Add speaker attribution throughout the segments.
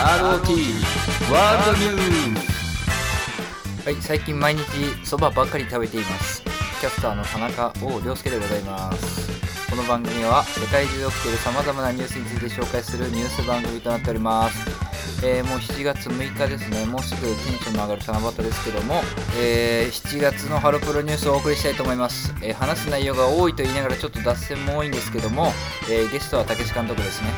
Speaker 1: ROT ワールドニュースはい最近毎日そばばっかり食べていますキャスターの田中王良介でございますこの番組は世界中で起きている様々なニュースについて紹介するニュース番組となっております、えーもう7月6日ですねもうすぐテンションの上がる七夕ですけども、えー7月のハロプロニュースをお送りしたいと思います、えー話す内容が多いと言いながらちょっと脱線も多いんですけども、えーゲストは武志監督ですね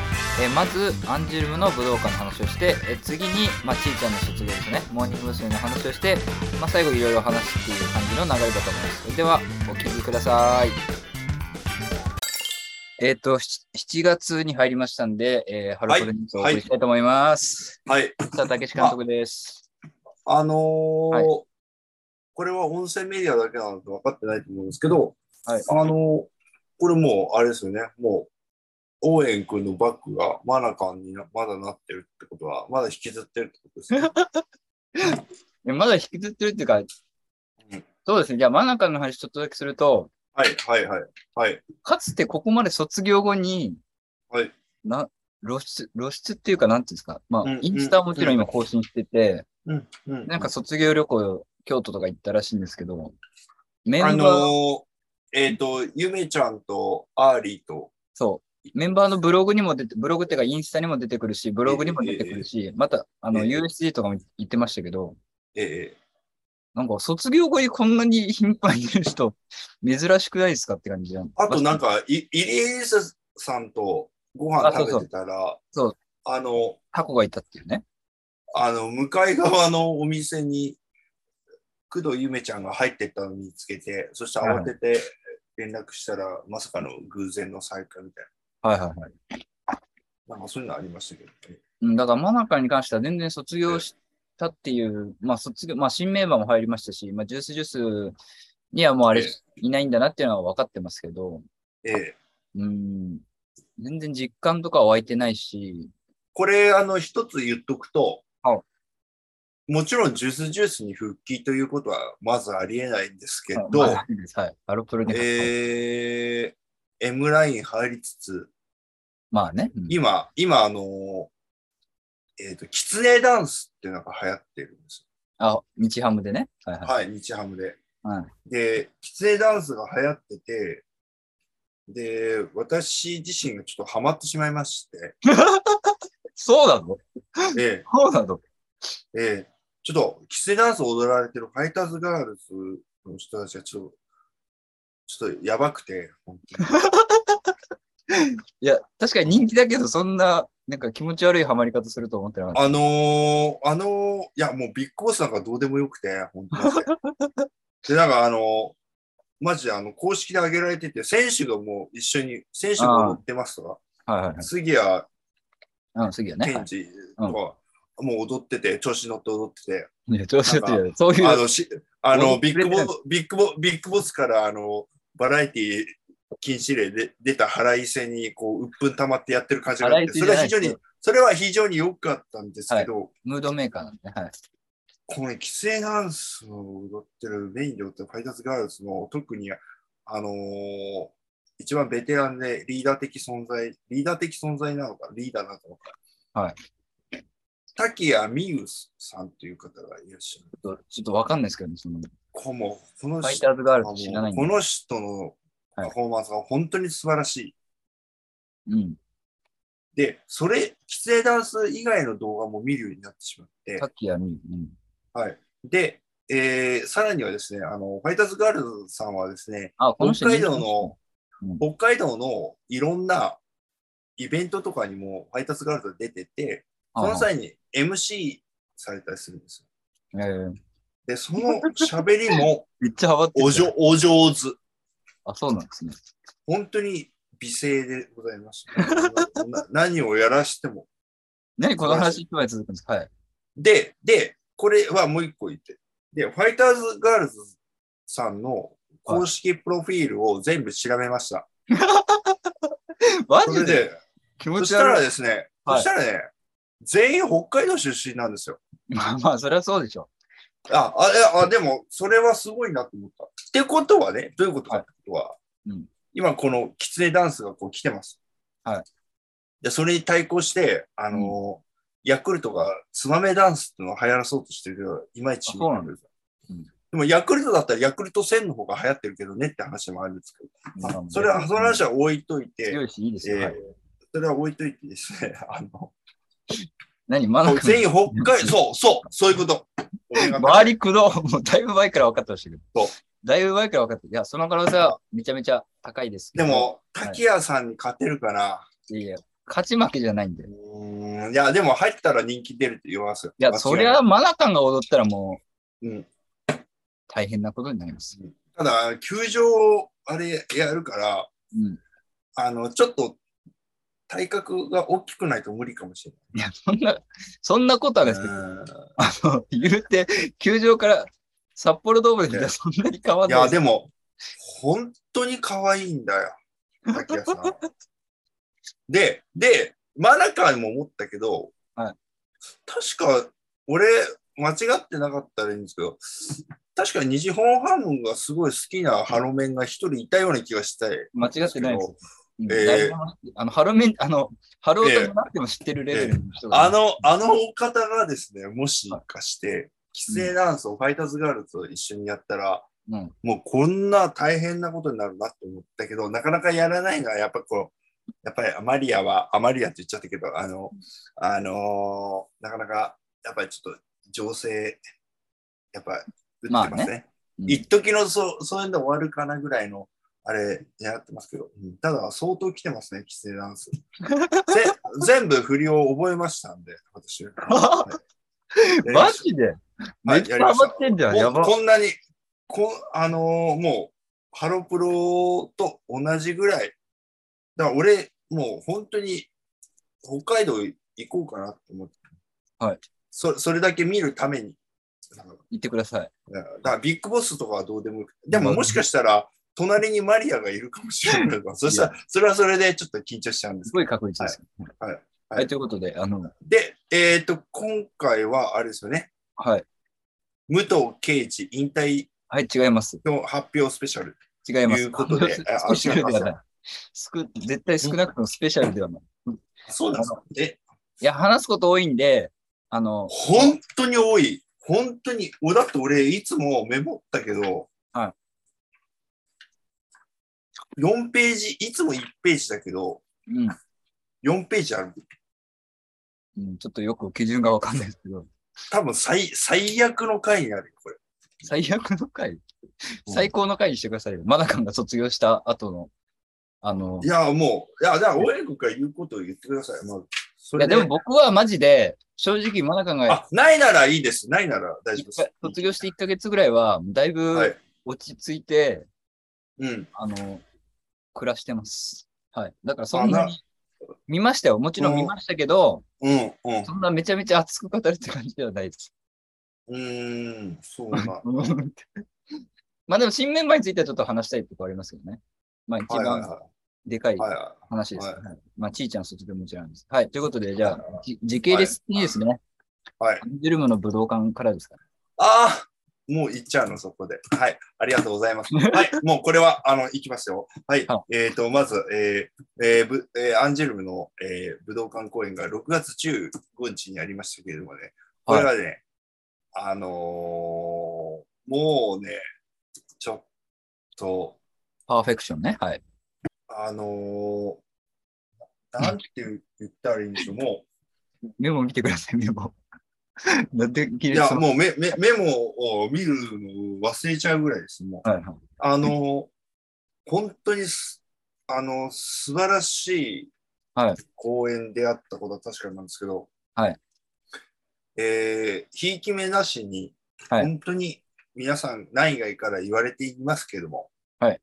Speaker 1: えーまずアンジュルムの武道館の話をして、えー次に、まあ、ちいちゃんの卒業ですねモーニング娘。の話をして、まあ、最後いろいろ話すっていう感じの流れだと思いますそれではお聞きくださいえっ、とし7月に入りましたんで、えーハロプロニュースをお送りしたいと思います、
Speaker 2: はい。
Speaker 1: さあ武志監督です
Speaker 2: あのー
Speaker 1: はい
Speaker 2: これは音声メディアだけなので分かってないと思うんですけど、
Speaker 1: はい
Speaker 2: あのーこれもう、あれですよね、もう、応援君のバッグがマナカンになまだなってるってことは、まだ引きずってるってこと ですね。
Speaker 1: いやまだ引きずってるっていうか
Speaker 2: うん
Speaker 1: そうですねじゃあ真中の話ちょっとだけすると
Speaker 2: はい、はい、はい。はい。
Speaker 1: かつてここまで卒業後に、
Speaker 2: はい
Speaker 1: な露出、露出っていうか、なんていうんですか、まあ、
Speaker 2: うん
Speaker 1: インスタはもちろん今更新してて、
Speaker 2: うん、うん
Speaker 1: なんか、卒業旅行、京都とか行ったらしいんですけど、メンバー、
Speaker 2: あのーえっ、と、ゆめちゃんとアーリーと、
Speaker 1: そう、メンバーのブログにも出て、ブログっていうか、インスタにも出てくるし、ブログにも出てくるし、また、あの、
Speaker 2: ええ
Speaker 1: USJ とかも行ってましたけど、
Speaker 2: え
Speaker 1: なんか、卒業後にこんなに頻繁にいる人、珍しくないですかって感じじゃん。
Speaker 2: ーあとなん
Speaker 1: か、
Speaker 2: か、い入江理沙さんとご飯食べてたら、
Speaker 1: そうそう
Speaker 2: あのー
Speaker 1: タコがいたっていうね。
Speaker 2: あの、向かい側のお店に、工藤ゆめちゃんが入ってったのを見つけて、そして慌てて連絡したら、まさかの偶然の再会みたい
Speaker 1: はいはいはい。
Speaker 2: な、なんかそういうのありましたけどね。
Speaker 1: うん、だから、真中に関しては全然卒業したっていう、まあ、卒業、まあ、新メンバーも入りましたし、まあ、ジュースジュースにはもうあれ
Speaker 2: ええ、
Speaker 1: いないんだなっていうのは分かってますけど、
Speaker 2: ええ。
Speaker 1: うん、全然実感とかは湧いてないし、
Speaker 2: これ、あの、一つ言っとくと
Speaker 1: はい、
Speaker 2: もちろんジュースジュースに復帰ということはまずありえないんですけど、
Speaker 1: まあないですはい、アロプロに、
Speaker 2: えー、M ライン入りつつ、
Speaker 1: まあね、うん
Speaker 2: 今、今、あの、えっ、と、キツネダンスっていうのが流行ってるんです
Speaker 1: あ、日ハムでね、はい
Speaker 2: よ。
Speaker 1: は
Speaker 2: はい、日ハムで。
Speaker 1: い。はい、
Speaker 2: で、喫煙ダンスが流行ってて、で、私自身がちょっとハマってしまいまして、
Speaker 1: そうなの
Speaker 2: で、
Speaker 1: そうなの
Speaker 2: でちょっと喫煙ダンスを踊られてるファイターズガールズの人たちがちょっと、ちょっとやばくて、本当に
Speaker 1: いや、確かに人気だけど、そんな、なんか気持ち悪いハマり方すると思ってなかった。
Speaker 2: あのー、あのー、いや、もうビッグボスなんかどうでもよくて、本当 に。で、なんかあのー、マジであの公式で挙げられてて、選手がもう一緒に、選手が踊ってますとか、
Speaker 1: はいはいはい。
Speaker 2: 杉谷
Speaker 1: うん、次はね。は
Speaker 2: ケン
Speaker 1: い
Speaker 2: ジとか、もう踊ってて、調子乗って踊って
Speaker 1: いや、調子乗ってるよそう
Speaker 2: て、
Speaker 1: い
Speaker 2: あ
Speaker 1: う、
Speaker 2: の、しあの
Speaker 1: 踊って
Speaker 2: ビ
Speaker 1: る
Speaker 2: ッグボ、ビッグボ、ビッグボスから、あの、バラエティ禁止令で出た腹いせに、こう、鬱憤溜まってやってる感じがあって、それは非常に、それは非常に良かったんですけど、
Speaker 1: ムードメーカーなんで、はい。
Speaker 2: この規制ダンスを踊ってるメインで踊ってるファイターズガールズの特に、あのー一番ベテランでリーダー的存在、リーダー的存在なのか、リーダーなのか。
Speaker 1: はい。
Speaker 2: 滝谷美優さんという方がいらっしゃる。
Speaker 1: ちょっとちょっとわかんないですけどね、その、フ
Speaker 2: こうもうこの
Speaker 1: ァイ
Speaker 2: 人
Speaker 1: ターズガール
Speaker 2: も
Speaker 1: ズ知らな
Speaker 2: う
Speaker 1: いん
Speaker 2: こ
Speaker 1: で。
Speaker 2: の人のパフォーマンスが本当に素晴らしい。
Speaker 1: うん。
Speaker 2: で、それ、規制ダンス以外の動画も見るようになってしまって
Speaker 1: さ、っきやみ、うん。
Speaker 2: はい。で、えーさらにはですね、あの、ファイターズガールズさんはですね、
Speaker 1: あ、この人
Speaker 2: 北海道の
Speaker 1: うん、
Speaker 2: 北海道のいろんなイベントとかにも配達ガールズ出てて、その
Speaker 1: あ
Speaker 2: 際に MC されたりするんですよ。
Speaker 1: えー
Speaker 2: で、そ の喋りも
Speaker 1: めっちゃハマってる
Speaker 2: おじょお上手。
Speaker 1: あ、そうなんですね。
Speaker 2: 本当に美声でござい ました、な何をやらしても。
Speaker 1: 何この話いつまで続くんですかはい。
Speaker 2: で、で、これはもう一個言って。で、ファイターズガールズさんの公式プロフィールを全部調べました。
Speaker 1: マ
Speaker 2: そ
Speaker 1: ジ
Speaker 2: れ
Speaker 1: で
Speaker 2: で、
Speaker 1: 気持
Speaker 2: そし
Speaker 1: ち
Speaker 2: たら
Speaker 1: 悪い。
Speaker 2: ですね、
Speaker 1: はい
Speaker 2: そしたらね、全員北海道出身なんですよ。
Speaker 1: まあまあ、それはそうでしょ。
Speaker 2: あ、あ、いやあでも、それはすごいなと思った。ってことはね、どういうことかってことは、
Speaker 1: うん
Speaker 2: 今このキツネダンスがこう来てます。
Speaker 1: はい。
Speaker 2: で、それに対抗して、あのーヤクルトがツバメダンスっていうのを流行らそうとしてるけど、いまいち。
Speaker 1: あそうなんですうん
Speaker 2: でもヤクルトだったらヤクルト1000の方が流行ってるけどねって話もあるんですけど、まあそれは、その話は置いといて、
Speaker 1: 強いし、いいですよ。
Speaker 2: えー
Speaker 1: はい
Speaker 2: それは置いといてですね、 あの、
Speaker 1: 何、真中
Speaker 2: 全員北海、そう、そう、そういうこと。俺が
Speaker 1: 周りくど、もうだいぶ前から分かってましたけど。
Speaker 2: そう
Speaker 1: だいぶ前から分かって、いや、その可能性はめちゃめちゃ高いですけ
Speaker 2: で
Speaker 1: ど。
Speaker 2: も、滝谷さんに勝てるかな。
Speaker 1: いやいや、勝ち負けじゃないんで。いう
Speaker 2: ーんいや、でも入ったら人気出るって言わますよ。
Speaker 1: や、
Speaker 2: 間違
Speaker 1: そ
Speaker 2: な
Speaker 1: りゃ、マナカンが踊ったらもう
Speaker 2: うん、
Speaker 1: 大変なことになります。
Speaker 2: ただ、球場、あれやるから、
Speaker 1: うん。
Speaker 2: あの、ちょっと、体格が大きくないと無理かもしれ
Speaker 1: いや、そんな、そんなことはない
Speaker 2: ない。
Speaker 1: ですけど、
Speaker 2: うん
Speaker 1: 言うて、球場から札幌ドームで見たらそんなに変わん
Speaker 2: い
Speaker 1: ない
Speaker 2: や、
Speaker 1: です。
Speaker 2: でも、本当に可愛いんだよ、 滝谷さん。で、で、真中にも思ったけど、
Speaker 1: はい
Speaker 2: 確か、俺、間違ってなかったらいいんですけど、確かに日本ハムがすごい好きなハロメンが一人いたような気がしたい。
Speaker 1: 間違ってないです
Speaker 2: けど。
Speaker 1: うん
Speaker 2: えー
Speaker 1: 誰でも知ってあの、ハロメン、あの、ハローともなっても知ってるレベルの人が、
Speaker 2: あの、あのお方がですね、もしかして、キスエダンスをファイターズガールズと一緒にやったら、
Speaker 1: うん
Speaker 2: もうこんな大変なことになるなって思ったけど、なかなかやらないのは、やっぱこう、やっぱりアマリアは、アマリアって言っちゃったけど、あの、あのーなかなか、やっぱりちょっと情勢、やっぱ、打ってますね。
Speaker 1: まあうん
Speaker 2: 一時のそう、そういうの終わるかなぐらいの、あれ、やってますけど、うんただ相当来てますね、キスエダン ス。ぜ全部振りを覚えましたんで、私。はい
Speaker 1: マジでめっちゃハマってんじゃん。や
Speaker 2: もう
Speaker 1: ば。
Speaker 2: こんなに、こあのーもう、ハロプロと同じぐらい。だから俺、もう本当に、北海道行こうかなって思って。
Speaker 1: はい。
Speaker 2: そそれだけ見るために。なんか
Speaker 1: 言ってください。
Speaker 2: だからビッグボスとかはどうでもよくてでももしかしたら、隣にマリアがいるかもしれないから、そしたら、それはそれでちょっと緊張しちゃうんです
Speaker 1: す
Speaker 2: けど
Speaker 1: ごい確率です。
Speaker 2: はいはいはい
Speaker 1: はい、ということで、あの、
Speaker 2: で、えっ、と、今回は、あれですよね、
Speaker 1: はい。
Speaker 2: 武藤敬一引退
Speaker 1: はい、違います。
Speaker 2: の発表スペシャル。
Speaker 1: 違います。
Speaker 2: ということであ
Speaker 1: スペシャルでは
Speaker 2: 違
Speaker 1: ないい。すく絶対少なくともスペシャルではない。
Speaker 2: そうなんですか。え、
Speaker 1: いや、話すこと多いんで、あの、
Speaker 2: 本当に多い。本当に、おだって俺、いつもメモったけど、
Speaker 1: は
Speaker 2: 4ページ、いつも1ページだけど、
Speaker 1: うん、
Speaker 2: 4ページある。
Speaker 1: うん、ちょっとよく基準がわかんないですけど、
Speaker 2: 多分最、最悪の回になるよ、これ。
Speaker 1: 最悪の回、最高の回にしてくださいよ。マナカンが卒業した後の、あの、
Speaker 2: いや、もう、いや、だから、親子が言うことを言ってください。まず、そ
Speaker 1: いや、
Speaker 2: れ
Speaker 1: でも僕はマジで、正直、マナカンが
Speaker 2: あ、ないならいいです。ないなら大丈夫です。
Speaker 1: 卒業して1ヶ月ぐらいは、だい
Speaker 2: は
Speaker 1: ぶ
Speaker 2: い
Speaker 1: 落ち着いて、
Speaker 2: うん。
Speaker 1: あの、暮らしてます。はい。だからそんな
Speaker 2: あ
Speaker 1: に、見ましたよ。もちろん見ましたけど、
Speaker 2: うん。うん。
Speaker 1: そんなめちゃめちゃ熱く語るって感じではないです。
Speaker 2: うーん。そうな。
Speaker 1: まあでも新メンバーについてはちょっと話したいとこありますけどね。まあ 一
Speaker 2: はいはい
Speaker 1: 番
Speaker 2: は
Speaker 1: でかい
Speaker 2: い。はいは
Speaker 1: 話です。
Speaker 2: はい
Speaker 1: はいまあちーちゃん卒業もちろんです。はい。ということで、じゃ
Speaker 2: は
Speaker 1: あ、じ時系列的にですね。
Speaker 2: はい
Speaker 1: アンジュルムの武道館からですか
Speaker 2: ああもう行っちゃうの、そこで。はい。ありがとうございます。はい。もうこれは、あの、行きますよ。はい
Speaker 1: は。
Speaker 2: えっ、と、まず、えーえーぶえーアンジェルムの、えー武道館公演が6月15日にありましたけれどもね、これがね、あのーもうね、ちょっと、
Speaker 1: パーフェクションね。はい。
Speaker 2: あのーなんて言ったらいいんでしょう。も
Speaker 1: メモ見てください、メモ。 なんで、
Speaker 2: う、いや、もうメメメモを見るの忘れちゃうぐらいです。もう、
Speaker 1: はいはい。
Speaker 2: あのー本当にす、あのー素晴らしい
Speaker 1: はい
Speaker 2: 公演であったことは確かなんですけど、
Speaker 1: はい。
Speaker 2: えー、ひいき目なしに、
Speaker 1: はい
Speaker 2: 本当に皆さん内外から言われていますけども、
Speaker 1: はい。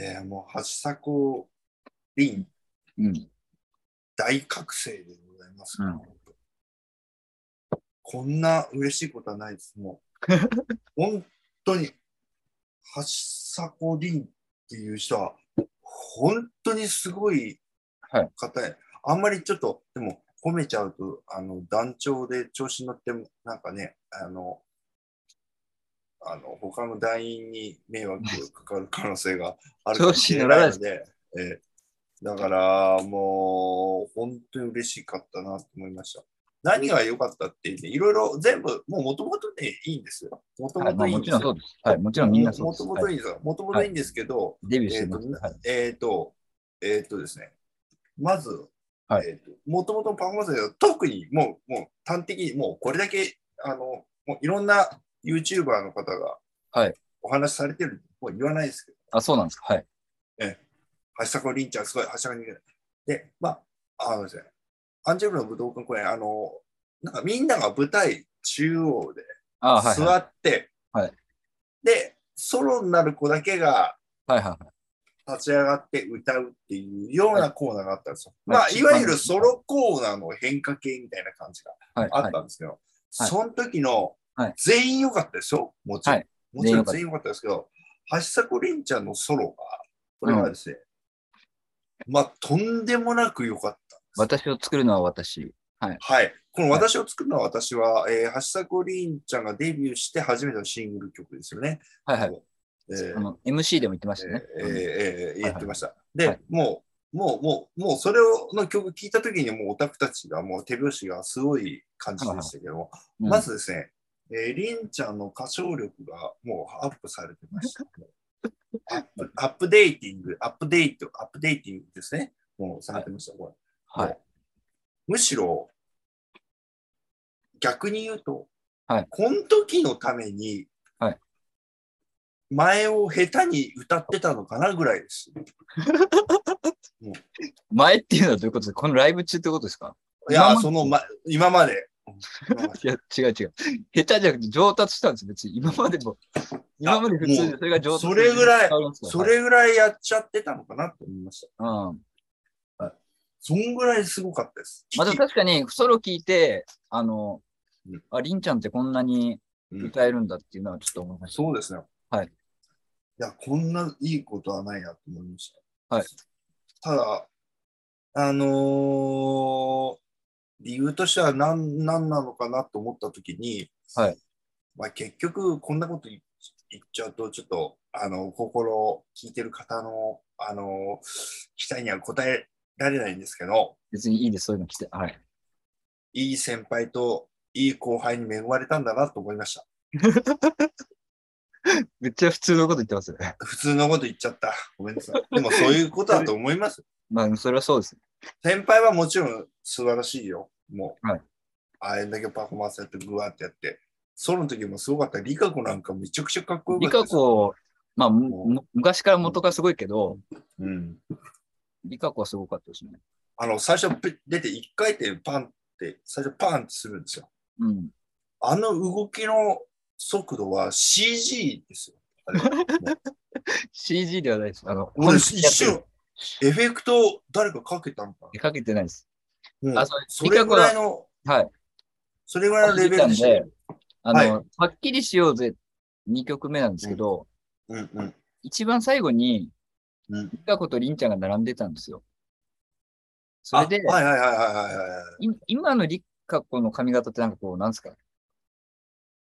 Speaker 2: えー、もう、橋迫凛
Speaker 1: うん。
Speaker 2: 大覚醒でございます、
Speaker 1: うん
Speaker 2: こんな嬉しいことはないです、も う。本当に、橋迫凛っていう人は、本当にすごい
Speaker 1: はい
Speaker 2: 方や、あんまりちょっと、でも褒めちゃうと、あの、団長で調子に乗っても、なんかね、あの、あの他の団員に迷惑がかかる可能性があるかもしれないので、えーだから、もう、本当に嬉しかったなと思いました。何が良かったって、ね、いろいろ全部、もう元々ね、いいんですよ。元
Speaker 1: はい、
Speaker 2: 々
Speaker 1: まあ
Speaker 2: いい
Speaker 1: も
Speaker 2: んで
Speaker 1: ち
Speaker 2: す
Speaker 1: ろ
Speaker 2: よ。
Speaker 1: んそうです。はい、もちろんみんなそうです。
Speaker 2: もともと
Speaker 1: は
Speaker 2: い
Speaker 1: い
Speaker 2: んですよ。もともといいんですけど、
Speaker 1: い、デビューしてます。
Speaker 2: えーと
Speaker 1: はい、
Speaker 2: えっ、と、えっ、とですね、まず、
Speaker 1: はい
Speaker 2: えーと、もともとのパフォーマンスだけど、特にもう、もう端的に、もうこれだけ、あの、もういろんな YouTuber の方が、
Speaker 1: はい
Speaker 2: お話しされてる、もう言わないですけど、
Speaker 1: あ、そうなんですか。はい。
Speaker 2: 橋迫凛ちゃん、すごい、橋迫凛ちゃん。で、まあ、あのですね、アンジェルの武道館公演、あの、なんかみんなが舞台中央で
Speaker 1: あ、はい、はい。
Speaker 2: 座って、
Speaker 1: はい
Speaker 2: で、ソロになる子だけが、
Speaker 1: はいはい。
Speaker 2: 立ち上がって歌うっていうようなコーナーがあったんですよ。
Speaker 1: は
Speaker 2: ま
Speaker 1: い
Speaker 2: あ、
Speaker 1: はい
Speaker 2: いわゆるソロコーナーの変化系みたいな感じが
Speaker 1: はい、
Speaker 2: あ
Speaker 1: は
Speaker 2: っ
Speaker 1: い。
Speaker 2: たんですけど、
Speaker 1: はい
Speaker 2: その時の
Speaker 1: はい
Speaker 2: 全員良かったですよ。もちろん。
Speaker 1: はい
Speaker 2: もちろん
Speaker 1: 全
Speaker 2: 全員良かったですけど、橋迫凛ちゃんのソロが、これがですね、まあ、とんでもなく良かった。
Speaker 1: 私を作るのは私。
Speaker 2: はい。この私を作るのは私は、えー橋迫凛ちゃんがデビューして初めてのシングル曲ですよね。
Speaker 1: はいはい。
Speaker 2: えー
Speaker 1: あの MC でも言ってましたね。
Speaker 2: えーえーえー
Speaker 1: はい
Speaker 2: 言ってました。で、
Speaker 1: はい
Speaker 2: もう、もう、もう、もう、それを、の曲聴いたときに、もうオタクたちが、もう手拍子がすごい感じでしたけども、
Speaker 1: うん
Speaker 2: ま、ずですね、えー、りんちゃんの歌唱力がもうアップされてま した。アップアップデーティング、アップデート、アップデーティングですね。もうされてました、これ。
Speaker 1: はい。
Speaker 2: むしろ、逆に言うと、
Speaker 1: はい
Speaker 2: この時のために、
Speaker 1: はい
Speaker 2: 前を下手に歌ってたのかなぐらいです。
Speaker 1: 前っていうのはどういうことですかこのライブ中ってことですか
Speaker 2: い
Speaker 1: 今ま
Speaker 2: や、
Speaker 1: で
Speaker 2: その、ま、今ま で。今まで
Speaker 1: いや、違う違う。下手じゃなくて上達したんですよ、別に。今までも。今まで普通
Speaker 2: も
Speaker 1: でそれが上達
Speaker 2: それぐらい
Speaker 1: 変わりますから
Speaker 2: そ、れぐらいやっちゃってたのかなって思いました。
Speaker 1: はいうん。
Speaker 2: そんぐらいすごかったです。
Speaker 1: まあ、でも確かに、ソロ聞いて、あの
Speaker 2: うん、
Speaker 1: あ、りんちゃんってこんなに歌えるんだっていうのはちょっと思いました。
Speaker 2: そうですね。
Speaker 1: はい
Speaker 2: いや、こんないいことはないなと思いました。
Speaker 1: はい。
Speaker 2: ただ、あのー理由としては何何なのかなと思ったときに、
Speaker 1: はい。
Speaker 2: まあ、結局、こんなこと言っ言っちゃうと、ちょっと、あの、心を聞いてる方の、あのー期待には応えられないんですけど、
Speaker 1: 別にいいです、そういうの来て。はい。
Speaker 2: いい先輩といい後輩に恵まれたんだなと思いました。
Speaker 1: めっちゃ普通のこと言ってますね。
Speaker 2: 普通のこと言っちゃった。ごめんなさい。でもそういうことだと思い ます。
Speaker 1: まあ、それはそうです。
Speaker 2: 先輩はもちろん素晴らしいよ。もう、
Speaker 1: はい
Speaker 2: あれだけパフォーマンスやって、ぐわってやって、ソロの時もすごかった。リカ子なんかめちゃくちゃかっこよか
Speaker 1: リ
Speaker 2: った
Speaker 1: カ
Speaker 2: です。
Speaker 1: 子、まあ、
Speaker 2: も
Speaker 1: む
Speaker 2: う
Speaker 1: む昔から元がすごいけど、
Speaker 2: うん。
Speaker 1: リカ子はすごかったですね。
Speaker 2: あの、最初、ぺ出て1回転パンって、最初パンってするんですよ。
Speaker 1: うん。
Speaker 2: あの動きの速度は CG ですよ。あれ
Speaker 1: CG ではないです。あの、
Speaker 2: 俺
Speaker 1: 本気で
Speaker 2: 一
Speaker 1: やってる
Speaker 2: 瞬、エフェクト誰かかけたのか
Speaker 1: かけてないです。
Speaker 2: な、うん
Speaker 1: あそう
Speaker 2: それぐらいの、
Speaker 1: はい。
Speaker 2: それぐらいのレベルでしたよ。
Speaker 1: あの、
Speaker 2: はい
Speaker 1: はっきりしようぜ、2曲目なんですけど、
Speaker 2: うんうん。
Speaker 1: 一番最後に、
Speaker 2: うん
Speaker 1: リカ子とリンちゃんが並んでたんですよ。それで
Speaker 2: あ、はいはいはいはいはいはい。
Speaker 1: い今のリカ子の髪型ってなんかこう、なんですか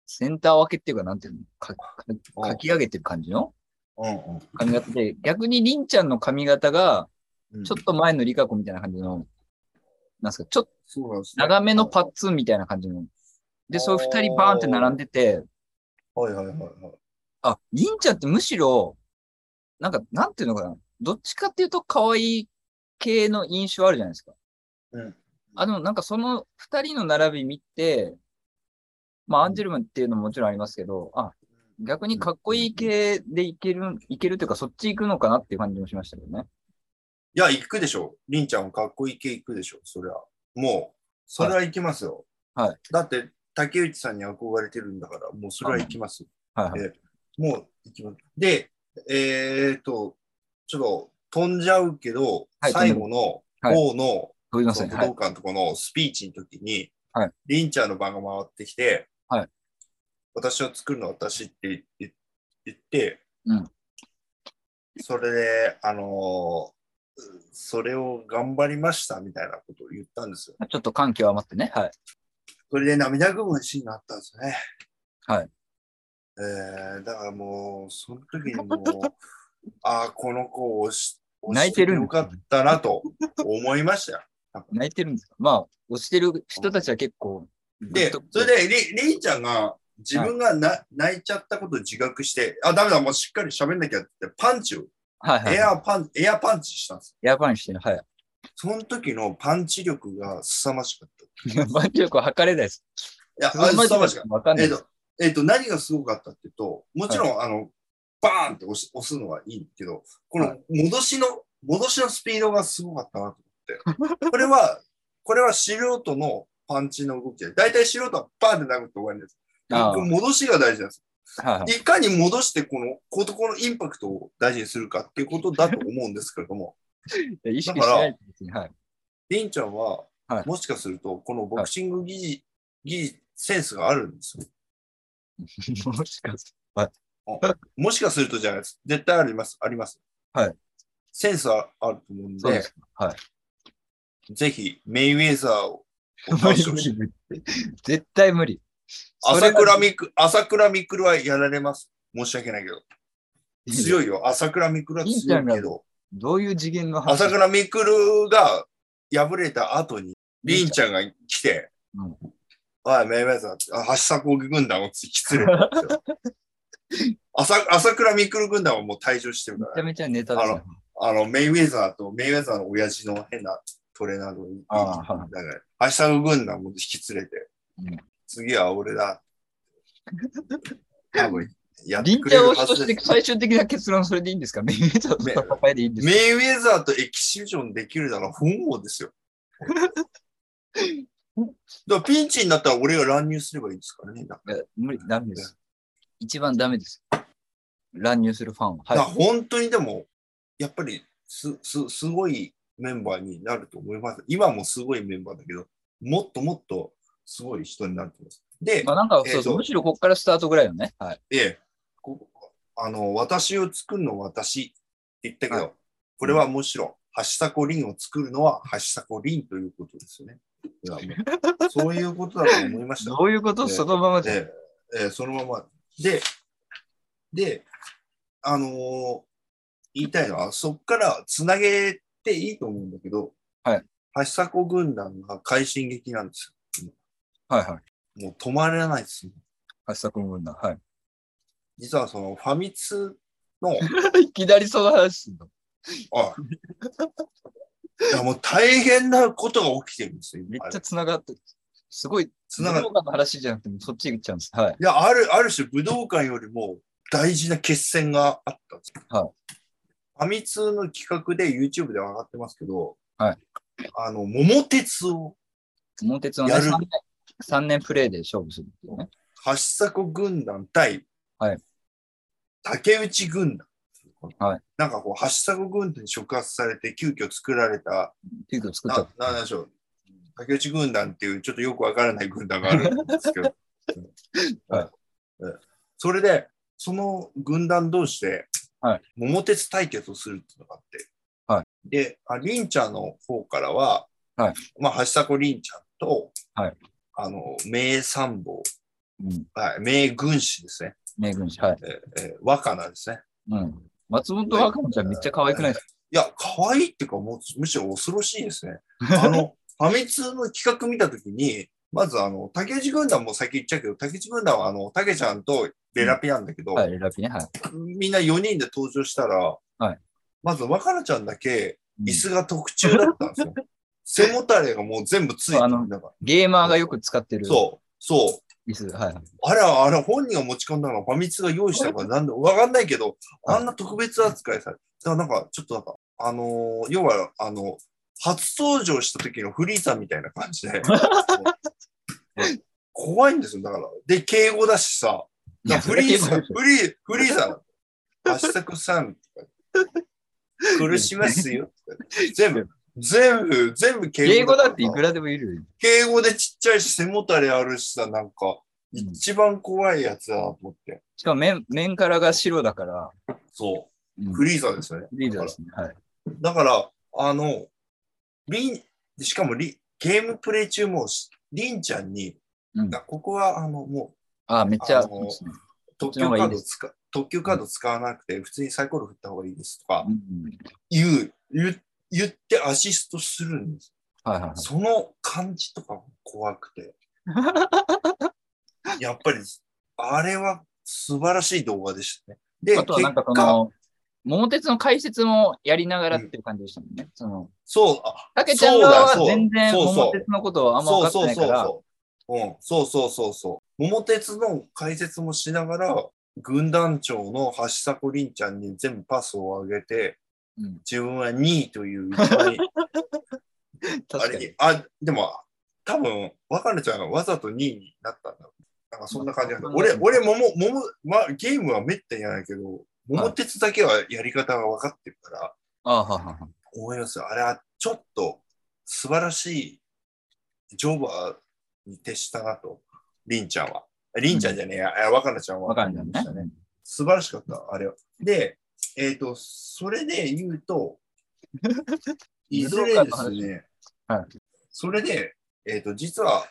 Speaker 1: センター分けっていうか、なんていうのかかかき上げてる感じの
Speaker 2: うんうん
Speaker 1: 髪型で、逆にリンちゃんの髪型が、
Speaker 2: うん
Speaker 1: ちょっと前のリカ子みたいな感じの、なんすか、ちょっと
Speaker 2: そうなんですね
Speaker 1: 長めのパッツンみたいな感じの。で、そういう二人バーンって並んでて、
Speaker 2: はいはいはいはい。
Speaker 1: あ、リンちゃんってむしろ、なんか、なんていうのかな。どっちかっていうと可愛い系の印象あるじゃないですか。
Speaker 2: うん
Speaker 1: あ、でもなんかその二人の並び見て、まあアンジェルマンっていうのももちろんありますけど、あ、逆にかっこいい系でいける、いけるというかそっち行くのかなっていう感じもしましたけどね。
Speaker 2: いや、行くでしょ。りんちゃんはかっこいい系行くでしょ。そりゃ。もう、それは行きますよ。
Speaker 1: はい。
Speaker 2: だって、竹内さんに憧れてるんだから、もうそれは行きます。
Speaker 1: はいはい。
Speaker 2: もう行きます。で、えー、っと、ちょっと飛んじゃうけど、
Speaker 1: はい
Speaker 2: 最後の
Speaker 1: はい
Speaker 2: 方の、
Speaker 1: ごめんな
Speaker 2: そ
Speaker 1: さ
Speaker 2: の武
Speaker 1: い。
Speaker 2: 道
Speaker 1: はい。
Speaker 2: 館のとこのスピーチの時に、
Speaker 1: はい
Speaker 2: りんちゃんの番が回ってきて、
Speaker 1: はい
Speaker 2: 私を作るのは私って言言って、
Speaker 1: うん
Speaker 2: それで、あのーそれを頑張りましたみたいなことを言ったんですよ。
Speaker 1: ちょっと感極まってね。はい。
Speaker 2: それで涙ぐむシーンがあったんですね。
Speaker 1: はい。
Speaker 2: えーだからもう、その時にもう、ああ、この子をし
Speaker 1: 泣いてるん
Speaker 2: よ
Speaker 1: です
Speaker 2: かったなと思いましたよ。
Speaker 1: 泣いてるんですかまあ、押してる人たちは結構。
Speaker 2: で、それで、り、りんちゃんが、自分がな、泣いちゃったことを自覚して、あ、ダメだ、もうしっかり喋んなきゃって、パンチを、
Speaker 1: はいはい。
Speaker 2: エアパン、エアパンチしたんです
Speaker 1: エアパンしてる。はい。
Speaker 2: よ。その時のパンチ力が凄ましかっ
Speaker 1: 万力は測れないです。
Speaker 2: た。いや、あ
Speaker 1: 万
Speaker 2: 凄ましかっ
Speaker 1: 力わかん
Speaker 2: た。え
Speaker 1: な
Speaker 2: っ
Speaker 1: いです。
Speaker 2: と、えっと、何がすごかったっていうと、もちろん、あの、バーンって押す押すのはいいけど、こ
Speaker 1: は
Speaker 2: の戻しの、戻しのスピードがすごかったなと思って。これは、 これは素人のパンチの動きで、大体素人はバーンって殴って終わりです。
Speaker 1: あ
Speaker 2: これ戻しが大事なんです。
Speaker 1: あはいはい。
Speaker 2: いかに戻してこの、このこのインパクトを大事にするかっていうことだと思うんですけれど も、
Speaker 1: 意識しないですね。はい。
Speaker 2: りんちゃんは
Speaker 1: は、い
Speaker 2: もしかすると、このボクシング技術、技術、センスがあるんですよ。
Speaker 1: もしかして。
Speaker 2: もしかするとじゃないです。絶対あります。あります。
Speaker 1: はい。
Speaker 2: センスはあると思うん
Speaker 1: そうで
Speaker 2: で、
Speaker 1: すか。はい。
Speaker 2: ぜひ、メイウェザーをお倒してほ しい。
Speaker 1: 無理無理絶対無理。
Speaker 2: 朝倉
Speaker 1: み
Speaker 2: みく、朝倉みくるはやられます。申し訳ないけど。強いよ。朝倉みくるは
Speaker 1: りんちゃ
Speaker 2: 強
Speaker 1: ん
Speaker 2: い
Speaker 1: が
Speaker 2: けど、
Speaker 1: どういう次元の話
Speaker 2: 朝倉みくるが敗れた後に、りんちゃんが来て、
Speaker 1: うん
Speaker 2: おい、めいめいさん、あ橋迫軍団を失礼なんですよ 朝朝倉未来軍団はもう退場してる
Speaker 1: め
Speaker 2: か
Speaker 1: ちゃ
Speaker 2: ら、
Speaker 1: めちゃネタですね。
Speaker 2: あの、メイウェザーと、メイウェザーの親父の変なトレーナーの、
Speaker 1: あーは
Speaker 2: だから、橋迫軍団も引き連れて、
Speaker 1: うん
Speaker 2: 次は俺だ。 多分、やって
Speaker 1: 臨
Speaker 2: くれ
Speaker 1: 茶
Speaker 2: る
Speaker 1: を
Speaker 2: は
Speaker 1: と
Speaker 2: ず
Speaker 1: して
Speaker 2: です。
Speaker 1: 最終的な結論それでいいんですかメイウェザーと戦いでいいんです
Speaker 2: メ
Speaker 1: か
Speaker 2: イウェザーとエキシビジョンできるなら本望です よ。だからピンチになったら俺が乱入すればいいんですからね。だか
Speaker 1: いや無理、ダメです。一番ダメです。乱入するファンは。
Speaker 2: ら
Speaker 1: はい。
Speaker 2: 本当にでも、やっぱりすすすごいメンバーになると思います。今もすごいメンバーだけど、もっともっとすごい人になると思います。で、
Speaker 1: まあ、なんか、
Speaker 2: えー
Speaker 1: そうそう、
Speaker 2: と
Speaker 1: むしろここからスタートぐらいよね。はい。
Speaker 2: でこあの私を作るのは私って言ったけど、
Speaker 1: は
Speaker 2: これはむしろ、橋迫凛を作るのは橋迫凛ということですよ ね。いやもうそういうことだと思いました
Speaker 1: ど。ういうこと、
Speaker 2: えー
Speaker 1: そのままで。
Speaker 2: で、えーそのまま。で、で、あのー言いたいのは、そこからつなげていいと思うんだけど、
Speaker 1: はい、
Speaker 2: 橋迫軍団が快進撃なんです
Speaker 1: はいはい。
Speaker 2: よ。もう止まれないですよ。
Speaker 1: 橋迫軍団。は
Speaker 2: 実はそのファミ通の、
Speaker 1: い。いきなりその話すんの。
Speaker 2: はい。いやもう大変なことが起きてるんですよ。
Speaker 1: め
Speaker 2: 今
Speaker 1: っちゃ繋がってる、すごい、
Speaker 2: 繋がっ
Speaker 1: 武道館の話じゃなくても、そっち行っちゃうんです。はい。
Speaker 2: いや、ある、ある種武道館よりも大事な決戦があったんですよ。
Speaker 1: はい
Speaker 2: ファミ通の企画で YouTube で上がってますけど、
Speaker 1: はい
Speaker 2: あの、桃鉄を
Speaker 1: 桃鉄のね、
Speaker 2: やる
Speaker 1: 3年三年プレイで勝負するっていうね。
Speaker 2: 橋迫軍団対、
Speaker 1: はい
Speaker 2: 竹内軍団。
Speaker 1: はい
Speaker 2: なんかこう、橋迫軍団に触発されて急遽作られた、
Speaker 1: ピークを作っちゃっ。
Speaker 2: ななんでしょう。竹内軍団っていうちょっとよくわからない軍団があるんですけど
Speaker 1: はい
Speaker 2: うんそれで、その軍団同士で、
Speaker 1: はい
Speaker 2: 桃鉄対決をするっていうのがあって。
Speaker 1: は
Speaker 2: で、ありんちゃんの方からは、
Speaker 1: はい
Speaker 2: まあ、橋迫りんちゃんと、
Speaker 1: はい
Speaker 2: あの、名参謀、
Speaker 1: うん
Speaker 2: はい、名軍師ですね。
Speaker 1: 名軍師。はい。
Speaker 2: えーえー若菜ですね。
Speaker 1: うん。松本若菜ちゃんめっちゃ可愛くないですか
Speaker 2: いや、可愛いっていうか、もうむしろ恐ろしいですね。あ の、ファミ通の企画見たときに、まずあの、竹内軍団も先言っちゃうけど、竹内軍団はあの、竹ちゃんとレラピなんだけど、
Speaker 1: はい、ラピね。はい。
Speaker 2: みんな4人で登場したら、
Speaker 1: はい
Speaker 2: まず若菜ちゃんだけ
Speaker 1: うん
Speaker 2: 椅子が特注だったんですよ。背もたれがもう全部ついて
Speaker 1: あ
Speaker 2: る
Speaker 1: の
Speaker 2: んだから。
Speaker 1: ゲーマーがよく使ってる
Speaker 2: そう、そう。
Speaker 1: 椅子。はい。
Speaker 2: あれは、あれ本人が持ち込んだのか、ファミ通が用意したのか、なんだ、わかんないけど、あんな特別扱いされだからなんか、ちょっとなんか、あのー要は、あの、初登場した時のフリーザみたいな感じ で。怖いんですよ、だから。で、敬語だしさ。
Speaker 1: い
Speaker 2: だ
Speaker 1: や
Speaker 2: からフリー
Speaker 1: そ
Speaker 2: ザ、フ
Speaker 1: れは結構
Speaker 2: リー、フリーザ、足作さんとか、苦しますよとか。全 部、全部、全部敬語
Speaker 1: 英語だってい
Speaker 2: ら
Speaker 1: くらでもいるよ。
Speaker 2: 敬語でちっちゃいし、背もたれあるしさ、なんか、
Speaker 1: うん
Speaker 2: 一番怖いやつだなと思って。
Speaker 1: しかも面、面からが白だから、
Speaker 2: そうう。
Speaker 1: ん
Speaker 2: フリーザですよね。
Speaker 1: リーダーですね。はい。
Speaker 2: だから、あの、りん、しかもり、ゲームプレイ中もし、りんちゃんに、
Speaker 1: うん
Speaker 2: あここは、あの、も
Speaker 1: あ、めっち
Speaker 2: あ
Speaker 1: ゃ、
Speaker 2: のー
Speaker 1: そうですね
Speaker 2: う、特許カードを使特急カード使わなくて、普通にサイコロ振った方がいいですとか
Speaker 1: うん、
Speaker 2: 言う、言う言ってアシストするんです。
Speaker 1: はいはいはい。
Speaker 2: その感じとかも怖く て。やっぱり、あれは素晴らしい動画でしたね。で、
Speaker 1: あとはなんかその、桃鉄の解説もやりながらっていう感じでしたもんね。その、
Speaker 2: そう、あ
Speaker 1: たけちゃん側
Speaker 2: そうだそ
Speaker 1: は
Speaker 2: う
Speaker 1: 全然
Speaker 2: そうそう
Speaker 1: 桃鉄のことをあんま分かってないから、
Speaker 2: そうそうそうそう。うん、そうそうそうそう。桃鉄の解説もしながら、軍団長の橋迫凛ちゃんに全部パスを上げて、
Speaker 1: うん
Speaker 2: 自分は2位という一番いいあ
Speaker 1: 確か
Speaker 2: れ
Speaker 1: に。
Speaker 2: に、あ、でも、多分、若菜ちゃんがわざと2位になったんだろう。なんかそんな感じなんだ。
Speaker 1: まあ
Speaker 2: 俺、俺、桃、桃、まあ、ゲームはめったにやらないけど、桃鉄だけはやり方が分かってるから、
Speaker 1: ああ、はいはいはい。
Speaker 2: 思いますよ。あれはちょっと素晴らしいジョバーに徹したなと、りんちゃんは。りんちゃんじゃねえや、え若菜ちゃんは。
Speaker 1: 分かるんだよね。
Speaker 2: 素晴らしかった、あれは。で、えっ、と、それで言う と、いずれですね、
Speaker 1: はい
Speaker 2: それで、えっ、と、実は、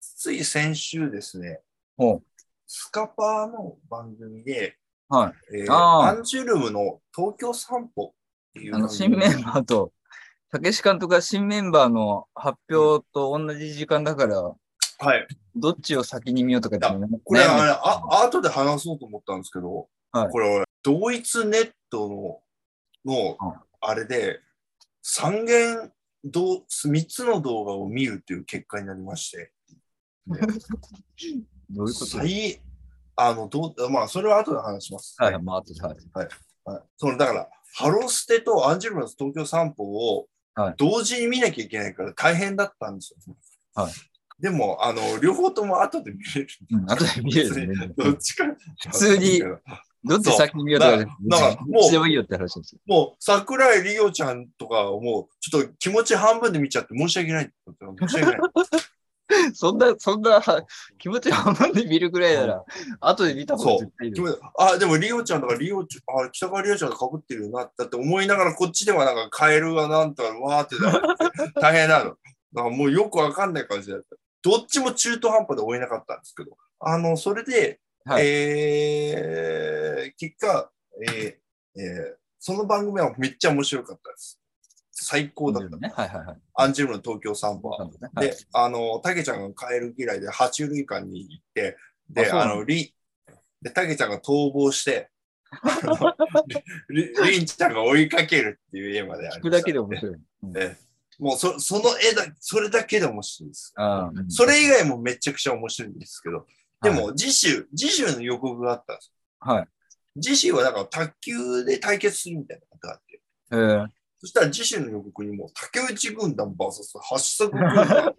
Speaker 2: つい先週ですね、
Speaker 1: ほう
Speaker 2: スカパーの番組で、
Speaker 1: は
Speaker 2: えー
Speaker 1: あー
Speaker 2: アンジュルムの東京散歩っていう
Speaker 1: あの、新メンバーと、たけし監督が新メンバーの発表と同じ時間だから、
Speaker 2: はい、
Speaker 1: どっちを先に見ようとかってね、
Speaker 2: これ、
Speaker 1: ね
Speaker 2: あれ、あ、後で話そうと思ったんですけど、
Speaker 1: はい
Speaker 2: これ、同一ネットの、の
Speaker 1: うん、
Speaker 2: あれで、三元、どう、三つの動画を見るという結果になりまして、
Speaker 1: どういうこと
Speaker 2: 最、あの、どう、まあ、それは後で話します。
Speaker 1: はい、回ってはい。
Speaker 2: はいその、だから、ハロステとアンジュルムの東京散歩を
Speaker 1: はい、
Speaker 2: 同時に見なきゃいけないから大変だったんですよ。
Speaker 1: はい
Speaker 2: でも、あの、両方とも後で見れる。
Speaker 1: うん、あとで見れるよね。
Speaker 2: どっちか。普
Speaker 1: 通にどっち先に見ようとかじゃなくて
Speaker 2: だからもう
Speaker 1: どっちでもいいよって話ですよ。
Speaker 2: もう桜井理央ちゃんとかをもうちょっと気持ち半分で見ちゃって申し訳ないってこと申し訳 ない。
Speaker 1: そんな、そんな、気持ち半分で見るぐらいなら、後で見た方が絶対いい
Speaker 2: 気
Speaker 1: よ。
Speaker 2: 持ちあ、でも理央ちゃんとか理央ちゃん、あ、北川理央ちゃんとかぶってるよなだって思いながらこっちではなんかカエルがなんとかわーってなって大変なの。だからもうよくわかんない感じだった。どっちも中途半端で追えなかったんですけど、あの、それで、
Speaker 1: はい
Speaker 2: えー、結果、えーえーその番組はめっちゃ面白かったです。最高だった。
Speaker 1: ね。はいはいはい。
Speaker 2: アンジュルムの東京散歩は。
Speaker 1: はい
Speaker 2: で、あの、たけちゃんがカエル嫌いで爬虫類館に行って、
Speaker 1: あ
Speaker 2: で、
Speaker 1: そう
Speaker 2: あ
Speaker 1: なの
Speaker 2: の、り、で、たけちゃんが逃亡して、あ のりりりんちゃんが追いかけるっていう絵までありました
Speaker 1: 聞くだけで面白い。
Speaker 2: もうそ、その絵だ、それだけで面白いです。
Speaker 1: あ
Speaker 2: それ以外もめちゃくちゃ面白いんですけど、でも、次週、次週の予告があったんです
Speaker 1: あ、はい。
Speaker 2: 次週はだから卓球で対決するみたいなことがあって、
Speaker 1: えー
Speaker 2: そしたら次週の予告にもう竹内軍団 VS 八作軍団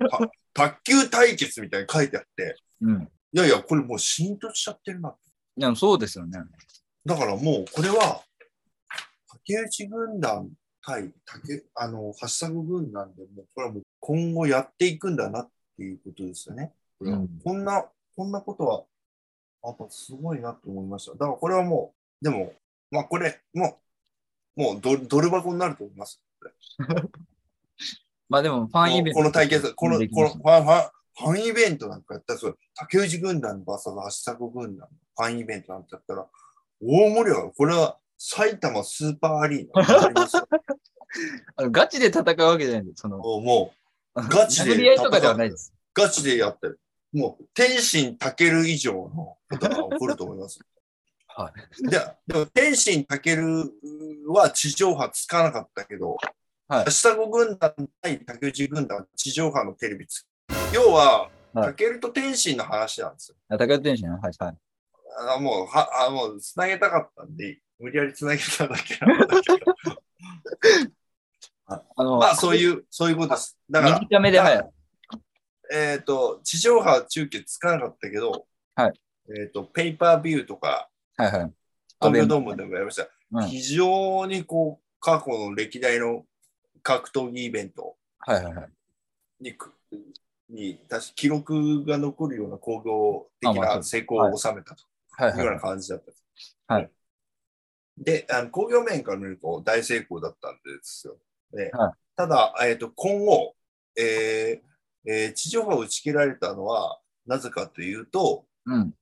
Speaker 2: た卓球対決みたいに書いてあって、
Speaker 1: うん。
Speaker 2: いやいや、これもう浸透しちゃってるな。
Speaker 1: でもそうですよね。
Speaker 2: だからもうこれは、竹内軍団対竹、あの、八作軍団でもう、これはもう今後やっていくんだなっていうことですよね。これは
Speaker 1: うん
Speaker 2: こんな、こんなことは、やっぱすごいなと思いました。だからこれはもう、でも、まあこれ、もう、もうドルドル箱になると思います。
Speaker 1: まあでも、ファンイベント。
Speaker 2: このこの対決、この、
Speaker 1: でき
Speaker 2: こ
Speaker 1: ま
Speaker 2: の
Speaker 1: す
Speaker 2: フ
Speaker 1: ね
Speaker 2: ァン、ファン、ファンイベントなんかやったら、そう竹内軍団 VS 橋迫軍団、ファンイベントなんてやったら、大盛り上がる。これは埼玉スーパーアリーナになり ますよ。
Speaker 1: あのガチで戦うわけじゃないんです。その、
Speaker 2: もうもう、ガチで
Speaker 1: 殴り合いとかではないです。
Speaker 2: う、ガチでやってる。もう、天心たける以上のことが起こると思います。
Speaker 1: は
Speaker 2: ででも、天心たけるは地上波つかなかったけど、
Speaker 1: はい
Speaker 2: 橋迫軍団対竹内軍団は地上波のテレビつ要は、
Speaker 1: はい
Speaker 2: たけると天心の話なんですよ。
Speaker 1: あ高田選手ね。はいはい。
Speaker 2: あもう、はあもう、つなげたかったんで、無理やりつなげただけなんだけど。
Speaker 1: あの、
Speaker 2: まあ、そういう、そういうことです。だから、
Speaker 1: 短めで、はい。
Speaker 2: えっ、と、地上波中継つかなかったけど、
Speaker 1: はい
Speaker 2: えっ、と、ペイパービューとか、
Speaker 1: はいはい。
Speaker 2: 東京ドームでもやりました。
Speaker 1: うん
Speaker 2: 非常にこう、過去の歴代の格闘技イベント
Speaker 1: はいはいはい。
Speaker 2: にく、に、確か記録が残るような興行的
Speaker 1: あまあそう
Speaker 2: な
Speaker 1: です
Speaker 2: 成功を収めたと
Speaker 1: はい
Speaker 2: いう
Speaker 1: は
Speaker 2: よ
Speaker 1: い
Speaker 2: う
Speaker 1: はい。
Speaker 2: な感じだったんです。
Speaker 1: はい
Speaker 2: で、あの工業面から見ると大成功だったんですよ。で
Speaker 1: はい
Speaker 2: ただ、えっと今後、えーえー地上波を打ち切られたのはなぜかというと、
Speaker 1: うん。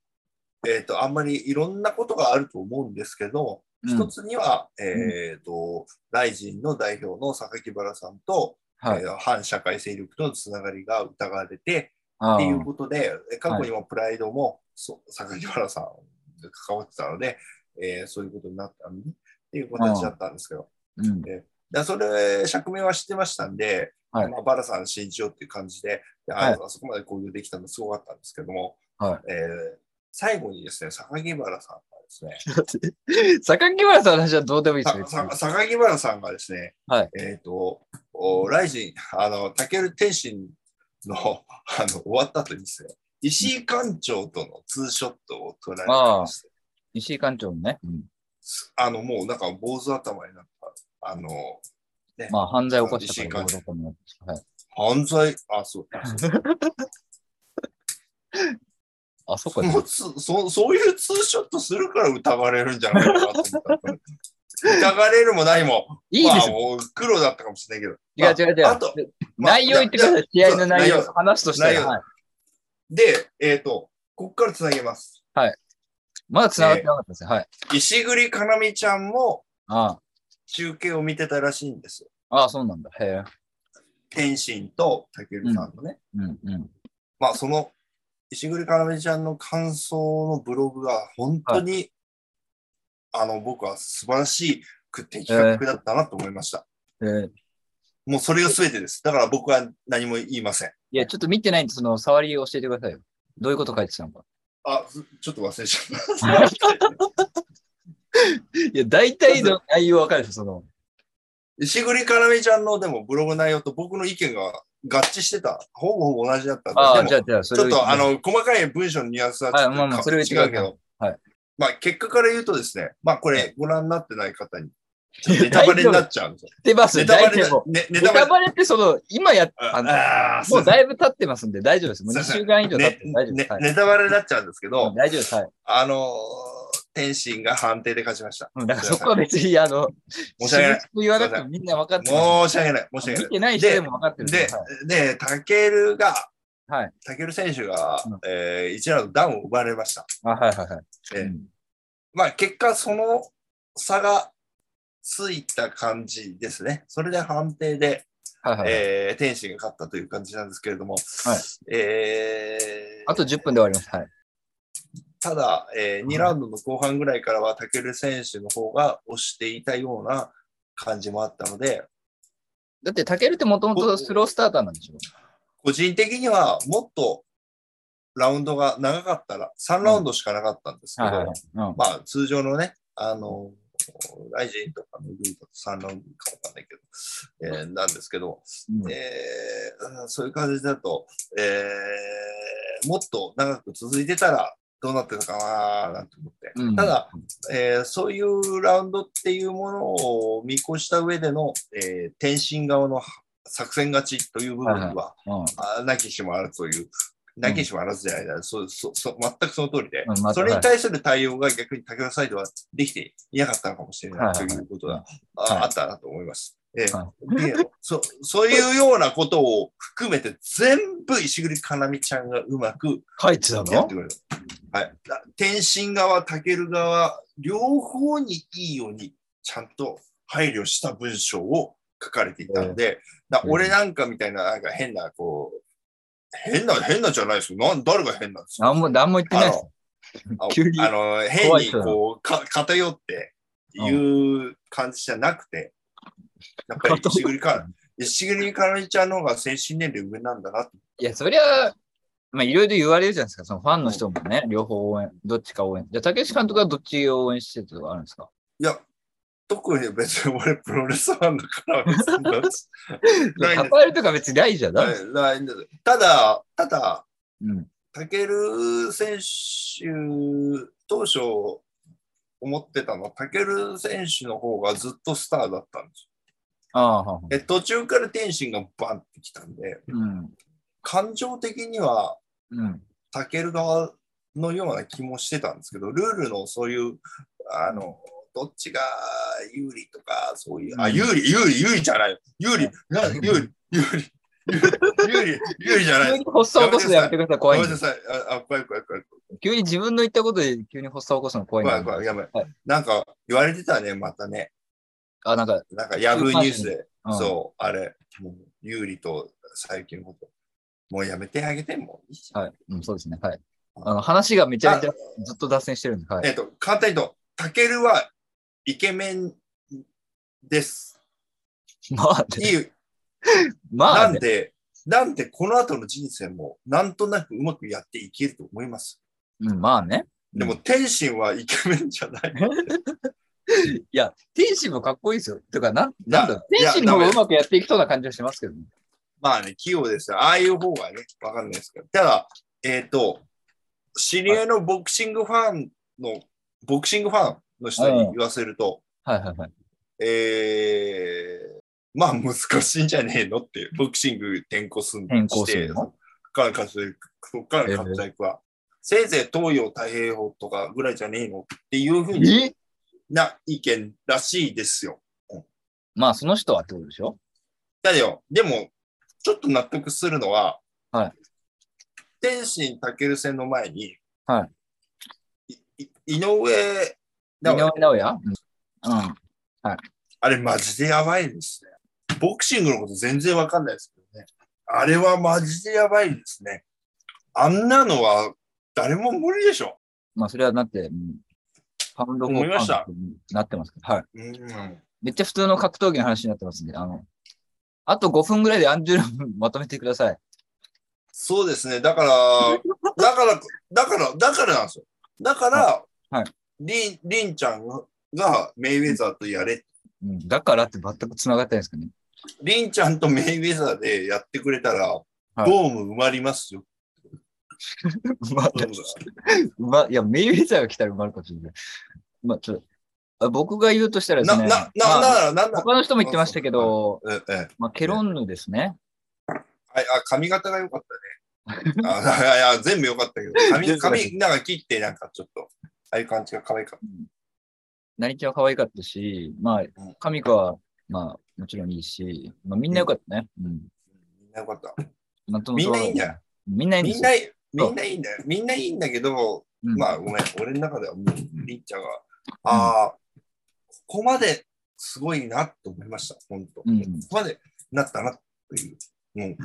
Speaker 2: えっ、と、あんまりいろんなことがあると思うんですけど、一つには、えっ、と、ライジンの代表の榊原さんと、
Speaker 1: はい
Speaker 2: え。ー反社会勢力とのつながりが疑われて、
Speaker 1: あ
Speaker 2: って
Speaker 1: ー
Speaker 2: いうことで、え過去にもプライドも、そう榊原さんが関わってたので、えーそういうことになったのね、っていう形だったんですけど、
Speaker 1: うん。
Speaker 2: だからそれ、釈明は知ってましたんで、
Speaker 1: はい
Speaker 2: まあ、バラさん信じようっていう感じで、で
Speaker 1: はい
Speaker 2: ああそこまで交流できたのすごかったんですけども、
Speaker 1: は
Speaker 2: えー最後にですね、榊原さんがですね、
Speaker 1: 榊原さんの話はどうでもいいです
Speaker 2: さ
Speaker 1: よ。別に
Speaker 2: さ榊原さんがですね、
Speaker 1: はい
Speaker 2: えっ、と、おライジン、あの、タケル天心の あの終わった後にですね、石井館長とのツーショットを捉えてまして、
Speaker 1: 石井館長のね、うん
Speaker 2: すあの、もうなんか坊主頭になった、あの、
Speaker 1: まあ犯罪を犯したから
Speaker 2: 石井
Speaker 1: どうこうもはい
Speaker 2: 犯罪、あ、そう、あそう
Speaker 1: あ、そっか、
Speaker 2: そうつそそういうツーショットするから疑われるんじゃないかなと思った。疑われるもないも
Speaker 1: いいで
Speaker 2: まあ、
Speaker 1: すよ。
Speaker 2: もう黒だったかもしれないけど。
Speaker 1: 違う違う違う。
Speaker 2: あとまあ
Speaker 1: 内容言ってください。試合の内
Speaker 2: そ
Speaker 1: 容
Speaker 2: う内、
Speaker 1: 話としては
Speaker 2: 内容
Speaker 1: はい。
Speaker 2: で、えっ、と、ここからつなげます。
Speaker 1: まだ繋がってなかったですよ。はい。
Speaker 2: 石栗かなみちゃんも
Speaker 1: あ
Speaker 2: 中継を見てたらしいんですよ。
Speaker 1: あ、ああそうなんだ。へえ。
Speaker 2: 天心と武尊さんのね。
Speaker 1: うんうん。
Speaker 2: まあ、その、石栗かなみちゃんの感想のブログが本当に、あの、僕は素晴らしく的確だったなと思いました。
Speaker 1: えー
Speaker 2: もうそれが全てです。だから僕は何も言いません。
Speaker 1: いや、ちょっと見てないんで、その、触り教えてくださいよ。どういうこと書いてたのか。
Speaker 2: あ、ずちょっと忘れちゃった。
Speaker 1: いや、大体の内容わかるでしょ、その。
Speaker 2: 石栗かなみちゃんのでもブログ内容と僕の意見が合致してた。ほぼほぼ同じだったんで。
Speaker 1: ああ、
Speaker 2: でも
Speaker 1: じゃあ、じゃあ、そ
Speaker 2: ち
Speaker 1: れ
Speaker 2: ょ
Speaker 1: を
Speaker 2: っ
Speaker 1: 言
Speaker 2: とあ、の、細かい文章のニュアンスは
Speaker 1: はい
Speaker 2: ちょっと
Speaker 1: まあまあ
Speaker 2: か
Speaker 1: それは
Speaker 2: 違
Speaker 1: 言
Speaker 2: う
Speaker 1: って
Speaker 2: け
Speaker 1: ください
Speaker 2: ど、
Speaker 1: はい
Speaker 2: まあ結果から言うとですね、まあこれご覧になってない方に、ちょっ とネタバレになっちゃうんですよ。
Speaker 1: 出ます
Speaker 2: ネ
Speaker 1: よ、
Speaker 2: タバレ
Speaker 1: 大体
Speaker 2: な
Speaker 1: も、。
Speaker 2: ねネ
Speaker 1: ネ
Speaker 2: タバ
Speaker 1: タ
Speaker 2: レ。
Speaker 1: バレって、その、今や、あの、
Speaker 2: ああ、
Speaker 1: も
Speaker 2: そううで
Speaker 1: だいぶ経ってますんで、大丈夫です。もう
Speaker 2: すいま
Speaker 1: 2
Speaker 2: せん
Speaker 1: 週間以
Speaker 2: す
Speaker 1: 上経っ
Speaker 2: ね
Speaker 1: てる、大丈夫
Speaker 2: ね
Speaker 1: です。はい
Speaker 2: ネタバレになっちゃうんですけ
Speaker 1: うん
Speaker 2: ど、
Speaker 1: 大丈夫です。はい。
Speaker 2: あのー、天心が判定で勝ちました。
Speaker 1: うんだからそこは別に、あの、
Speaker 2: 申し訳ない
Speaker 1: 真実言わなくてもみんな分かってま
Speaker 2: 申し訳ない、申し
Speaker 1: す。
Speaker 2: 訳
Speaker 1: 見
Speaker 2: ない。
Speaker 1: てない人でも分かってるん
Speaker 2: で
Speaker 1: はい、
Speaker 2: で、タケルが、
Speaker 1: はい
Speaker 2: タケル選手が、
Speaker 1: うん
Speaker 2: えー、1ラウンドダウンを奪われました。
Speaker 1: あはいはいはい。
Speaker 2: えー
Speaker 1: うん
Speaker 2: まあ、結果、その差がついた感じですね。それで判定で、
Speaker 1: はいはいはい。
Speaker 2: えー、天心が勝ったという感じなんですけれども、えー
Speaker 1: あと10分で終わります。はい。
Speaker 2: ただ、えー、2ラウンドの後半ぐらいからは、タケル選手の方が押していたような感じもあったので、
Speaker 1: だって、タケルってもともとスロースターターなんでしょ
Speaker 2: 個人的にはもっとラウンドが長かったら、3ラウンドしかなかったんですけど、
Speaker 1: うん。
Speaker 2: まあ通常のね、あの、ライジンとかのグーとか3ラウンドかわかんないけど、えーなんですけど、
Speaker 1: うん
Speaker 2: えーそういう感じだと、えーもっと長く続いてたらどうなってるのかなーなんて思って、
Speaker 1: うん
Speaker 2: ただ、えーそういうラウンドっていうものを見越した上での、えー天心側の作戦勝ちという部分
Speaker 1: はい
Speaker 2: は、
Speaker 1: うん
Speaker 2: あなきしもあらずという、なきしもあらずじゃないな、そうそうそう全くその通りで、
Speaker 1: うんまあ
Speaker 2: それに対する対応が逆に武田サイドはできていなかったのかもしれない
Speaker 1: はい
Speaker 2: と
Speaker 1: は
Speaker 2: い
Speaker 1: い
Speaker 2: うことが、
Speaker 1: はい
Speaker 2: ああったなと思います。ええ
Speaker 1: は
Speaker 2: でそそういうようなことを含めて全部石栗かなみちゃんがうまく
Speaker 1: 書いてた
Speaker 2: やっ
Speaker 1: の
Speaker 2: てくれる。はい、だ天心側、武尊側、両方にいいようにちゃんと配慮した文章を書かれていたので、だ
Speaker 1: うん
Speaker 2: 俺なんかみたいななんか変な、こう、変な、変なじゃないですよ。なん誰が変なんですか
Speaker 1: 何も、何も言ってないです。
Speaker 2: あ
Speaker 1: 急に
Speaker 2: あの変
Speaker 1: 怖い
Speaker 2: に
Speaker 1: 人だ
Speaker 2: こうか偏っていう感じじゃなくて、やっぱり石栗か石栗かなみちゃんの方が精神年齢上なんだなって。
Speaker 1: いや、そりゃ、まあ、いろいろ言われるじゃないですか。そのファンの人もね、両方応援、どっちか応援。じゃあ、竹内監督はどっちを応援してるとかあるんですか
Speaker 2: いや、特に別に俺プロレスファンだから別になんつないんです
Speaker 1: 語るとか別に ないじゃん。だ
Speaker 2: はい ないんですただ、ただ、
Speaker 1: うん。
Speaker 2: タケル選手、当初思ってたのは、タケル選手の方がずっとスターだったんです
Speaker 1: ああ、はあはあ
Speaker 2: よ。で途中から天心がバンってきたんで、
Speaker 1: うん。
Speaker 2: 感情的には
Speaker 1: うん。
Speaker 2: タケル側のような気もしてたんですけど、ルールのそういう、あの、どっちが有利とか、そういう、あ、
Speaker 1: うん
Speaker 2: 有利、有利、有利じゃないよ。有利、な有利、有利、有利、有利有利じゃない
Speaker 1: 急に発作起こすのやめてくださ
Speaker 2: ご
Speaker 1: い、怖
Speaker 2: め
Speaker 1: いん
Speaker 2: ん
Speaker 1: で
Speaker 2: な。さい。あ、あ怖い怖い怖い。
Speaker 1: 急に自分の言ったことで急に発作起こすの怖いな。
Speaker 2: 怖い怖い、やばい
Speaker 1: はい。
Speaker 2: なんか言われてたね、またね。
Speaker 1: あ、なんか、
Speaker 2: なんかヤフーニュースで、
Speaker 1: うん
Speaker 2: そう、あれ、もう、有利と最近のこと。もうやめてあげてもいいじゃん。
Speaker 1: はい。うん、そうですね。はい。あの、話がめちゃめちゃずっと脱線してるんで、はい。
Speaker 2: えっと、簡単に言うと、タケルはイケメンです。
Speaker 1: まあ
Speaker 2: い
Speaker 1: ね、
Speaker 2: い、
Speaker 1: ま
Speaker 2: な
Speaker 1: あ
Speaker 2: ん
Speaker 1: ね、
Speaker 2: で、なんでこの後の人生もなんとなくうまくやっていけると思います。
Speaker 1: うん、まあね。
Speaker 2: でも、天心はイケメンじゃない。
Speaker 1: いや、天心もかっこいいですよ。とか、なん、
Speaker 2: な
Speaker 1: なんだろう天心の方
Speaker 2: いやダメ
Speaker 1: がうまくやっていきそうな感じがしますけどね。
Speaker 2: まあね、器用ですよ。ああいう方がね、わかんないですけど。ただ、えっ、と、知り合いのボクシングファンの、ボクシングファンの人に言わせると、
Speaker 1: はいはいはい。
Speaker 2: えー、まあ難しいんじゃねえのって、ボクシング転向すん
Speaker 1: 転向
Speaker 2: し
Speaker 1: す
Speaker 2: て、
Speaker 1: る
Speaker 2: そっ
Speaker 1: の
Speaker 2: から活躍、そっから活躍は、せいぜい東洋太平洋とかぐらいじゃねえのっていうふうに
Speaker 1: え
Speaker 2: な意見らしいですよ。
Speaker 1: まあ、その人はってことでしょ
Speaker 2: だよ、でも、ちょっと納得するのは、
Speaker 1: はい
Speaker 2: 天心たける戦の前に、、
Speaker 1: はい
Speaker 2: い井上
Speaker 1: 井
Speaker 2: だ
Speaker 1: 上
Speaker 2: わ、
Speaker 1: 尚弥うん。うん
Speaker 2: あれマジでやばいですね。ボクシングのこと全然わかんないですけどね。あれはマジでやばいですね。あんなのは誰も無理でしょ。
Speaker 1: まあ、それはなって、うんパウンドフォ
Speaker 2: 思い
Speaker 1: ー
Speaker 2: ま
Speaker 1: パ
Speaker 2: し
Speaker 1: ウンド
Speaker 2: た
Speaker 1: になってますけど、はい。
Speaker 2: うん、
Speaker 1: めっちゃ普通の格闘技の話になってますんで、あの、あと5分ぐらいでアンジュルムまとめてください。
Speaker 2: そうですね。だから、 だから、だから、だからなんですよ。だから、
Speaker 1: はいは
Speaker 2: りんりんちゃんがメイウェザーとやれって
Speaker 1: うん、だからって全く繋がってないですかね。
Speaker 2: リンちゃんとメイウェザーでやってくれたら、
Speaker 1: はい
Speaker 2: ドーム埋まりますよ。
Speaker 1: うま、うま、いや、メイウェザーが来たら埋まるかもしれない。まあ、ちょっと、あ僕が言うとしたらです
Speaker 2: な、な
Speaker 1: ね、、
Speaker 2: な、
Speaker 1: ま
Speaker 2: な
Speaker 1: あ
Speaker 2: んなら、なんなら、
Speaker 1: 他の人も言ってましたけど、
Speaker 2: ええ、
Speaker 1: まあ、ケロンヌですね。
Speaker 2: あ、あ髪型が良かったね。あ いやいや、全部良かったけど、髪、髪、なんか切って、なんかちょっと、ああいう感じが可愛かっ
Speaker 1: 成木は可愛かったし、まあ、神子は、まあ、もちろんいいし、まあ、みんな良かったね。うん。
Speaker 2: た。みんな良かった。
Speaker 1: なんとも
Speaker 2: みん
Speaker 1: そう
Speaker 2: ないいんだよ。
Speaker 1: みんないいんで
Speaker 2: みん
Speaker 1: す
Speaker 2: な
Speaker 1: よ。、
Speaker 2: みんないいんだよ。みんないいんだけど、
Speaker 1: うん
Speaker 2: まあ、ごめん、俺の中ではもう、りんちゃんが、ああ、ここまですごいなと思いました、本当。
Speaker 1: うん
Speaker 2: ここまでなったなという。うん、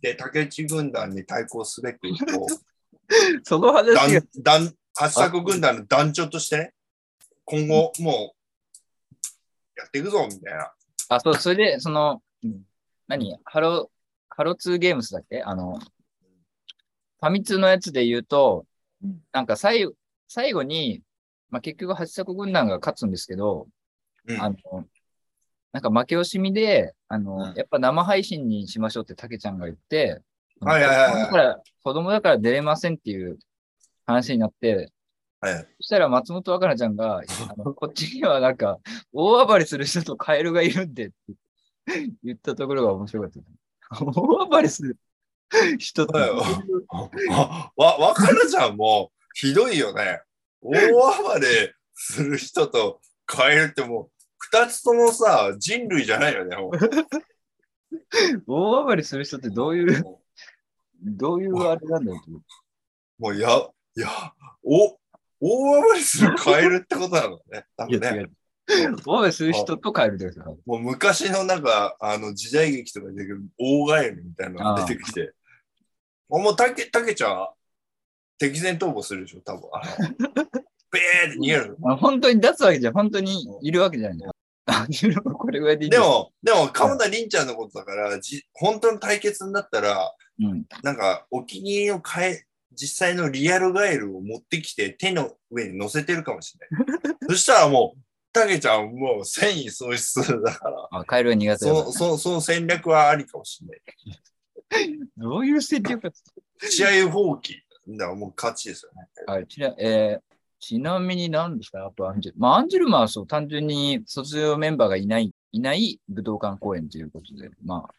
Speaker 2: で、竹内軍団に対抗すべく、こう
Speaker 1: その話が
Speaker 2: 団団八作軍団の団長としてね、今後、もう、やっていくぞ、みたいな。
Speaker 1: あ、そう、それで、その
Speaker 2: うん、
Speaker 1: 何ハロ、ハロ2ゲームスだっけあの、ファミ通のやつで言うと、なんか最後、最後に、まあ、結局、八作軍団が勝つんですけど、
Speaker 2: うん
Speaker 1: あの、なんか負け惜しみで、あの、
Speaker 2: うん
Speaker 1: やっぱ生配信にしましょうって竹ちゃんが言って、
Speaker 2: はいはいはいはい
Speaker 1: 子供だから、子供だから出れませんっていう話になって、
Speaker 2: はい
Speaker 1: そしたら松本若菜ちゃんが、あ のこっちにはなんか、大暴れする人とカエルがいるんで って言ったところが面白かった。大暴れする人と、
Speaker 2: はいあわ、わかるじゃん、もう。ひどいよね。大暴れする人とカエルってもう、二つともさ、人類じゃないよね、 もう。
Speaker 1: 大暴れする人ってどういう、どういうあれなんだろうと思って
Speaker 2: もう、や、や、お、大暴れするカエルってことなのね。多分
Speaker 1: いや
Speaker 2: ね
Speaker 1: 違。う大暴れする人とカエルですよ。
Speaker 2: もう昔のなんか、あの、時代劇とかに出てくる大ガエルみたいなのが出てきて。あもう、たけ、たけちゃん、敵前逃亡するでしょ、多分。あ の、ベーって逃げる。
Speaker 1: あ本当に出すわけじゃん、本当にいるわけじゃない。あ、いるこれぐらいでいい
Speaker 2: で、も、でも、鎌田凛ちゃんのことだから、じ本当の対決になったら、
Speaker 1: うん、
Speaker 2: なんか、お気に入りのカエ実際のリアルガエルを持ってきて、手の上に乗せてるかもしれ ない。そしたらもう、たけちゃん、もう、繊維喪失だから、
Speaker 1: あカエルは苦手だか
Speaker 2: そ
Speaker 1: ら。
Speaker 2: そその戦略はありかもしれない。
Speaker 1: どういう戦略か。
Speaker 2: 試合放棄。だからもう勝ちですよね。
Speaker 1: はい、ちな,、えーちなみに何ですかあとアンジュルまあ、アンジュルマはそう、単純に卒業メンバーがいない、いない武道館公演ということで、まあ、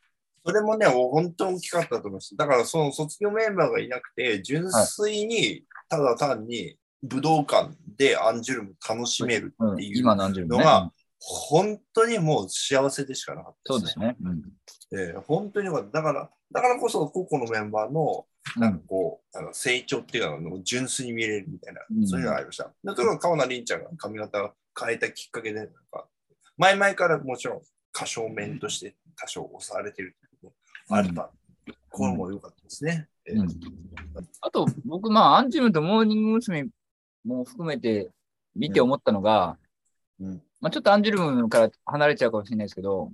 Speaker 2: それもね、本当に大きかったと思います。だから、その卒業メンバーがいなくて、純粋に、ただ単に、武道館でアンジュルム楽しめる
Speaker 1: う
Speaker 2: っ
Speaker 1: ん、
Speaker 2: ていう
Speaker 1: 今のアンジュルムね。
Speaker 2: のが
Speaker 1: うん
Speaker 2: 本当にもう幸せでしかなかった
Speaker 1: そうですね。うん、
Speaker 2: ええ本当によかっただから、だからこそ、個々のメンバーのなんかこう、あの成長っていうのがあの純粋に見れるみたいな、
Speaker 1: うん
Speaker 2: そういうのがありました。で、ところが川名凛ちゃんが髪型を変えたきっかけで、なんか、前々からもちろん、過小面として多少押されてるっていうこともあった。これも良かったですね。えー
Speaker 1: うんあと、僕、まあ、アンジュムとモーニング娘。も含めて見て思ったのが、
Speaker 2: うん
Speaker 1: まあ、ちょっとアンジュルムから離れちゃうかもしれないですけど、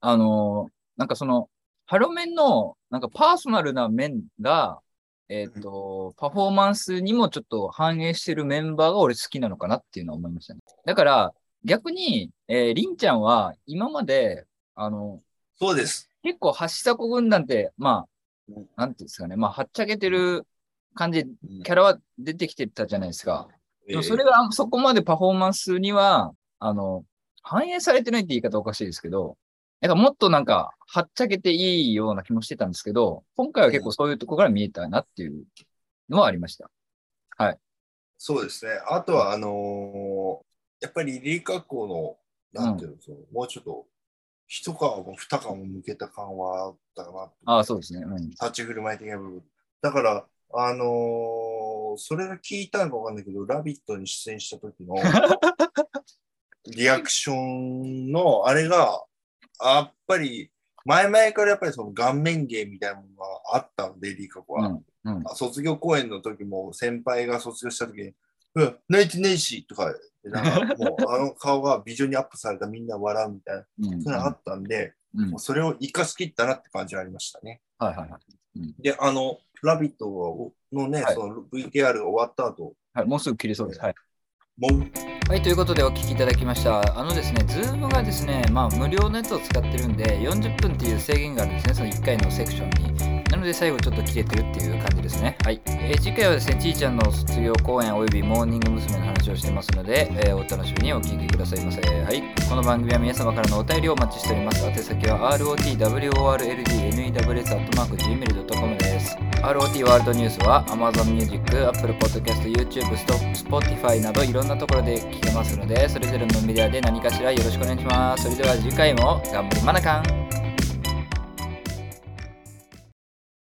Speaker 1: あのーなんかその、ハロメンの、なんかパーソナルな面が、えっ、と、パフォーマンスにもちょっと反映してるメンバーが俺好きなのかなっていうのは思いましたね。だから、逆に、えー、りんちゃんは今まで、あの、
Speaker 2: そうです。
Speaker 1: 結構、橋迫軍団って、まあ
Speaker 2: うん、
Speaker 1: なんていうんですかね、まあ、はっちゃけてる感じ、キャラは出てきてたじゃないですか。でもそれ
Speaker 2: は、
Speaker 1: があそこまでパフォーマンスには、あの、反映されてないって言い方おかしいですけど、なんかもっとなんか、はっちゃけていいような気もしてたんですけど、今回は結構そういうとこから見えたなっていうのはありました。
Speaker 2: そうですね。あとは、あのーやっぱり理科校の、なんていうの、そのもうちょっと、一皮も二皮も向けた感はあったかなと。
Speaker 1: ああ、そうですね。うん。
Speaker 2: 立ち振る舞い的な部分。だから、あのーそれが聞いたのかわかんないけど、ラビットに出演した時 のリアクションのあれが、やっぱり、前々からやっぱりその顔面芸みたいなものがあったんで、リカ子は。
Speaker 1: うんうん
Speaker 2: 卒業公演の時も先輩が卒業した時に、うん、泣いてねえしとか、なんかもうあの顔がビジョンにアップされたみんな笑うみたいな、
Speaker 1: うん。
Speaker 2: そういうのあったんで、
Speaker 1: うん
Speaker 2: もうそれを生かしきったなって感じはありましたね。
Speaker 1: はいはいはい。
Speaker 2: で、あの、ラビットのね、
Speaker 1: はい
Speaker 2: その VTR 終わった後、
Speaker 1: はい、もうすぐ切れそうです。はい。
Speaker 2: もう、
Speaker 1: はい、ということでお聞きいただきました。あのですね、Zoom がですね、まあ無料のやつを使ってるんで、40分っていう制限があるんですね、その1回のセクションに。なので最後ちょっと切れてるっていう感じですね。はい。えー次回はですね、ちいちゃんの卒業公演及びモーニング娘。の話をしてますので、えーお楽しみにお聞きくださいませ。はい。この番組は皆様からのお便りをお待ちしております。宛先は rotworldnews.gmail.com です。ROT ワールドニュースは Amazon Music、Apple Podcast、YouTube、Spotify などいろんなところで聞けますので、それぞれのメディアで何かしらよろしくお願いします。それでは次回も頑張りまなかん